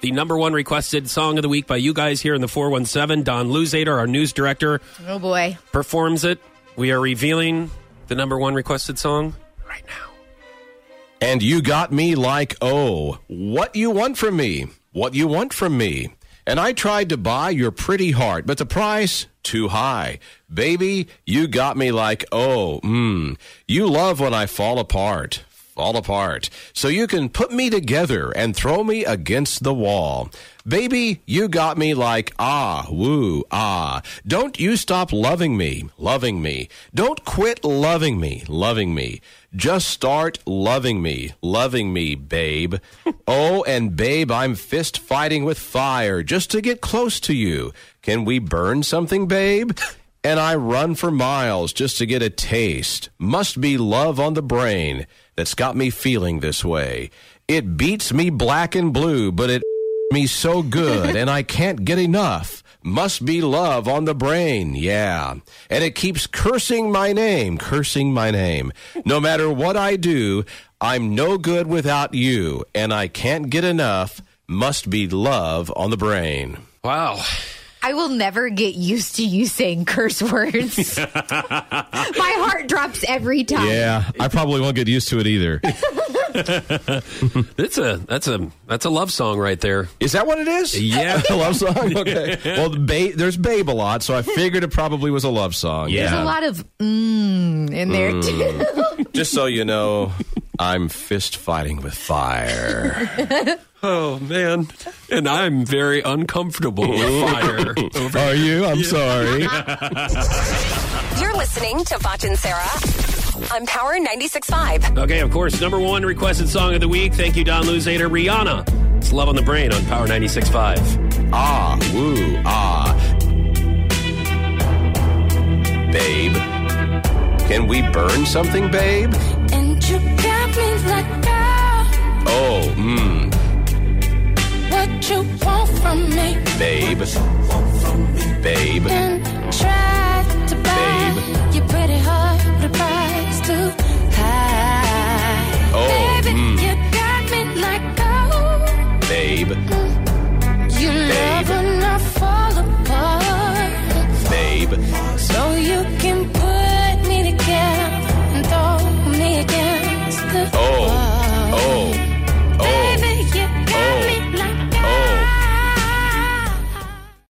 the number one requested song of the week by you guys here in the 417. Don Luzader, our news director, Oh boy. performs it. We are revealing the number one requested song right now. And you got me like, oh, what you want from me? What you want from me? And I tried to buy your pretty heart, but the price too high. Baby, you got me like, oh, mmm. You love when I fall apart, fall apart. So you can put me together and throw me against the wall. Baby, you got me like, ah, woo, ah. Don't you stop loving me, loving me. Don't quit loving me, loving me. Just start loving me, loving me, babe. oh, and babe, I'm fist fighting with fire just to get close to you. Can we burn something, babe? And I run for miles just to get a taste. Must be love on the brain that's got me feeling this way. It beats me black and blue, but it me so good and I can't get enough. Must be love on the brain, yeah. And it keeps cursing my name, cursing my name. No matter what I do, I'm no good without you, and I can't get enough. Must be love on the brain. Wow. I will never get used to you saying curse words. My heart drops every time. Yeah, I probably won't get used to it either. That's a that's a that's a love song right there. Is that what it is? Yeah. a love song. Okay. Well, the ba- there's babe a lot, so I figured it probably was a love song. Yeah. There's a lot of mmm in there too. Just so you know, I'm fist fighting with fire. Oh man. And I'm very uncomfortable with fire. Over- Are you? I'm sorry. You're listening to Foch and Sarah on Power 96.5. Okay, of course, number one requested song of the week. Thank you, Don Luzader. Rihanna. It's Love on the Brain on Power 96.5. ah, woo, ah. Babe, can we burn something, babe? And you got me like, oh, Oh, mmm, what you want from me? babe. Babe, oh, And